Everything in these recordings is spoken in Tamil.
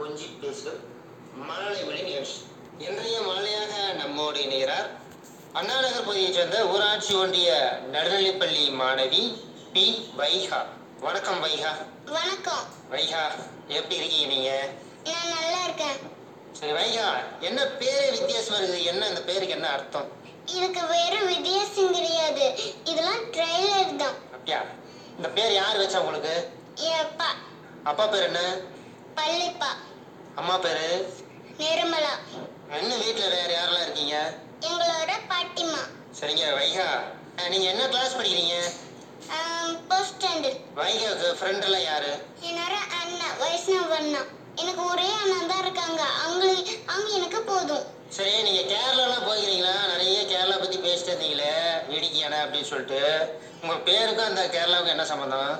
கொஞ்சி பேசும் மழலை மொழி நிகழ்ச்சி இன்றைய மழலையாக நம்மோடு இணைகிறார் அண்ணாநகர் பகுதியைச் சேர்ந்த ஊராட்சி ஒன்றிய நடுநிலைப்பள்ளி மாணவி பி வைகா வணக்கம் வைகா வணக்கம் வைகா எப்படி இருக்கீங்க நீங்க நான் நல்லா இருக்கேன் சரி வைகா என்ன பேரே வித்தியாசமா இருக்குது என்ன அந்த பேருக்கு என்ன அர்த்தம் இதுக்கு வேற வித்தியாசம் கிடையாது இதெல்லாம் ட்ரெய்லர் தான் அப்படியா இந்த பேர் யார் வச்சா உங்களுக்கு என் அப்பா அப்பா பேர் என்ன பள்ளிப்பா அம்மா பேரு நிர்மலா இன்னும் வீட்டுல வேற யாரெல்லாம் இருக்கீங்க எங்களோட பாட்டிமா சரிங்க வைகா அஹ், நீங்க என்ன கிளாஸ் படிக்கிறீங்க போஸ்ட் ஸ்டாண்டர்ட் வைகாவுக்கு ஃப்ரெண்ட் எல்லாம் யாரு என்னோட அண்ணா வைஷ்ணவ் அண்ணா எனக்கு ஒரே அண்ணன் தான் இருக்காங்க அவங்களுக்கு அவங்க எனக்கு போதும் சரி நீங்க கேரளாலாம் போயிருக்கீங்களா நிறைய கேரளா பத்தி பேசிட்டு இருந்தீங்களே வேடிக்கையான அப்படின்னு சொல்லிட்டு உங்க பேருக்கும் அந்த கேரளாவுக்கும் என்ன சம்மந்தம்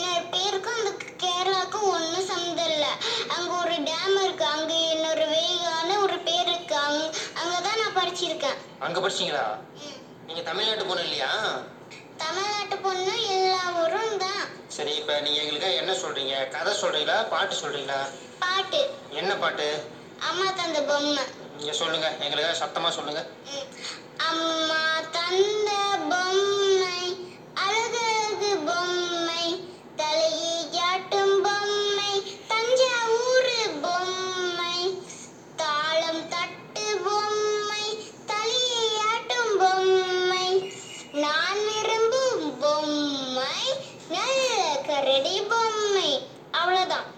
என்னோட பேருக்கும் அந்த கேரளாவுக்கும் ஒன்றும் சம்மந்தம் இல்லை அங்கே ஒரு டேம் இருக்கு அங்கே என்னோட வேகான ஒரு பேர் இருக்கு அங் அங்கே தான் நான் படிச்சிருக்கேன் அங்க படிச்சீங்களா ம். நீங்க தமிழ்நாட்டு பொண்ணு இல்லையா தமிழ்நாட்டு பொண்ணு எல்லா ஊரும் தான் சரி இப்ப நீங்க எங்களுக்காக என்ன சொல்றீங்க கதை சொல்றீங்களா பாட்டு சொல்றீங்களா பாட்டு என்ன பாட்டு அம்மா தந்த பொம்மை நீங்க சொல்லுங்க எங்களுக்காக சத்தமா சொல்லுங்க ம். அம்மா தந்த பொம்மை அழகழகு பொம்மை தலையை ஆட்டும் பொம்மை தஞ்சாவூர் பொம்மை தாளம் தட்டு பொம்மை தலையை ஆட்டும் பொம்மை நான் விரும்பும் பொம்மை நல்ல கரடி பொம்மை அவ்வளோதான்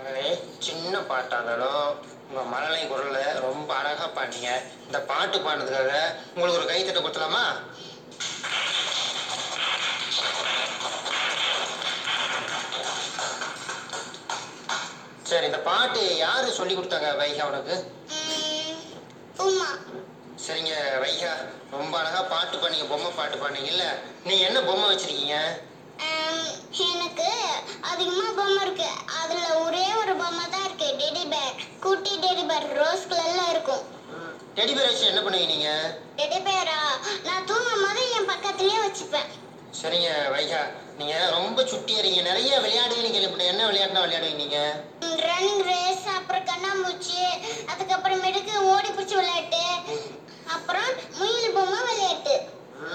ஆகவே, சின்ன பாட்டா இருந்தாலும் உங்க மழலை குரல்ல ரொம்ப அழகா பாடுறீங்க இந்த பாட்டு பாடுறதுக்காக உங்களுக்கு ஒரு கைத்தட்ட கொடுத்தலாமா சரி இந்த பாட்டு யாரு சொல்லி கொடுத்தாங்க வைகா உனக்கு ம், உமா சரிங்க வைகா ரொம்ப அழகா பாட்டு பாடுங்க பொம்மை பாட்டு பாடுங்க இல்ல நீங்க என்ன பொம்மை வச்சிருக்கீங்க ஆம், எனக்கு அதிகமா பொம்மை இருக்கு அதுல ஒரே ஒரு பொம்மை தான் இருக்கு டெடி பேர் குட்டி டெடி பேர் ரோஸ் கலர்ல இருக்கும் டெடி பேர் வச்சு என்ன பண்ணுவீங்க நீங்க டெடி பேரா நான் தூங்கும் போது என் பக்கத்துலயே வச்சுப்பேன் சரிங்க வைகா நீங்க ரொம்ப சுட்டியா இருக்கீங்க நிறைய விளையாடுவீங்க கேள்விப்பட்டேன் என்ன விளையாட்டுனா விளையாடுவீங்க நீங்க ரன்னிங் ரேஸ் அப்புறம் கண்ணாமூச்சி அதுக்கப்புறமேட்டுக்கு ஓடி பிடிச்சி விளையாட்டு அப்புறம் முயல் பொம்மை விளையாட்டு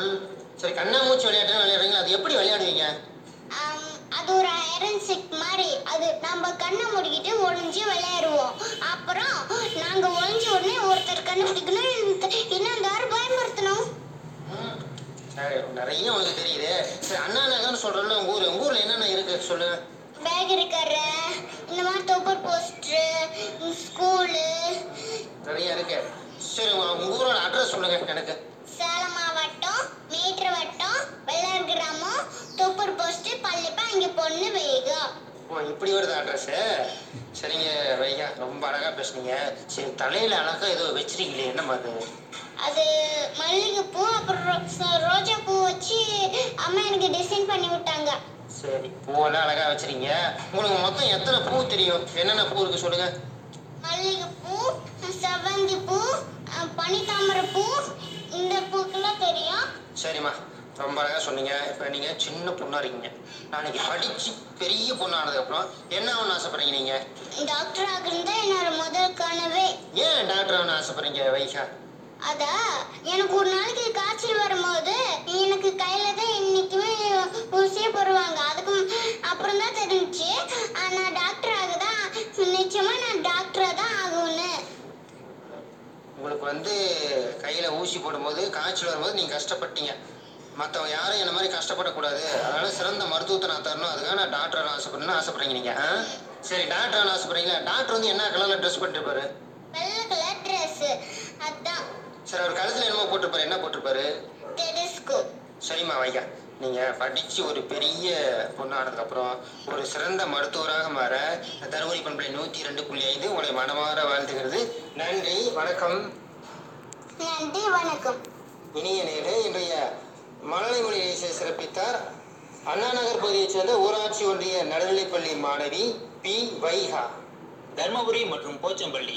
ம். சரி கண்ணாமூச்சி விளையாட்டுனா விளையாடுறீங்களா அது எப்படி விளையாடுவீங்க ஆம், அது ஒரு ஐரன் செக் மாதிரி அது நம்ம கண்ணை மூடிக்கிட்டு ஒளிஞ்சு விளையாடுவோம் அப்புறம் நாங்க ஒளிஞ்ச உடனே ஒருத்தர் கண்டுபிடிக்கணும் இன்னும் யாரும் பயமுறுத்தணும் ம். சரி நிறைய உங்களுக்கு தெரியுது சரி அண்ணா நகர்னு சொல்றோம்ல உங்க ஊர் உங்க ஊர்ல என்னென்ன இருக்கு சொல்லுங்க பேக் இருக்கிற இந்த மாதிரி தோப்பர் போஸ்ட்ரு ஸ்கூலு நிறைய இருக்கு சரி உங்க உங்க ஊரோட அட்ரஸ் சொல்லுங்க எனக்கு சேலம் மாவட்டம் மேட்டர் வட்டம் வெள்ளார் கிராமம் தோப்பர் போஸ்ட் பள்ளிப்பா இங்க பொண்ணு வேகம் ஓ இப்படி வருது அட்ரஸ் சரிங்க வைகா ரொம்ப அழகா பேசுனீங்க சரி தலையில அழகா ஏதோ வச்சிருக்கீங்களே என்னம்மா அது அது மல்லிகைப்பூ அப்புறம் ரோ- ரோஜா பூ வச்சு அம்மா எனக்கு டிசைன் பண்ணி விட்டாங்க சரி பூவெல்லாம் அழகா வச்சிருக்கீங்க உங்களுக்கு மொத்தம் எத்தனை பூ தெரியும் என்னென்ன பூ இருக்கு சொல்லுங்க மல்லிகைப்பூ செவ்வந்தி பூ பனித்தாமரை பூ இந்த பூக்கெல்லாம் தெரியும் சரிம்மா ரொம்ப அழகா சொன்னீங்க இப்போ நீங்க சின்ன பொண்ணா இருக்கீங்க நாளைக்கு படிச்சு பெரிய பொண்ணானதுக்கு அப்புறம் என்ன ஆகணும்னு ஆசைப்படுறீங்க நீங்க டாக்டர் ஆகிறது தான் என்னோட முதல் கனவே ஏன் டாக்டர் ஆகணும்னு ஆசைப்படுறீங்க வைகா அதா எனக்கு ஒரு நாளைக்கு காய்ச்சல் வரும்போது எனக்கு கையில தான் என்னைக்குமே ஊசியே போடுவாங்க அதுக்கு அப்புறம் தான் தெரிஞ்சுச்சு ஆ, நான் டாக்டர் ஆகதான் நிச்சயமா நான் டாக்டரா தான் ஆகும்னு உங்களுக்கு வந்து கையில ஊசி போடும்போது காய்ச்சல் வரும்போது நீங்க கஷ்டப்பட்டீங்க மற்றவங்க யாரும் என்ன மாதிரி கஷ்டப்படக்கூடாது அதனால சிறந்த மருத்துவத்தை நான் தரணும் அதுக்காக நான் டாக்டர் ஆகணும் ஆசைப்படணும்னு ஆசைப்படுறீங்க நீங்க ஆ? சரி டாக்டர் ஆகணும் ஆசைப்படுறீங்களா டாக்டர் வந்து என்ன கலர்ல ட்ரெஸ் பண்ணிருப்பாரு வெள்ளை கலர் ட்ரெஸ் அதான் சரி அவர் கழுத்துல என்னமோ போட்டிருப்பாரு என்ன போட்டிருப்பாரு டெலிஸ்கோப் சரிம்மா வையா நீங்க படிச்சு ஒரு பெரிய பொண்ணானதுக்கு அப்புறம் ஒரு சிறந்த மருத்துவராக மாற தருமபுரி பண்பலை நூத்தி ரெண்டு புள்ளி ஐந்து உங்களை மனமாற வாழ்த்துகிறது நன்றி வணக்கம் நன்றி வணக்கம் இனிய நேரே இன்றைய மழலை மொழி இசை சிறப்பித்தார் அண்ணா நகர் பகுதியைச் சேர்ந்த ஊராட்சி ஒன்றிய நடுநிலைப்பள்ளி மாணவி பி வைஹா தர்மபுரி மற்றும் போச்சம்பள்ளி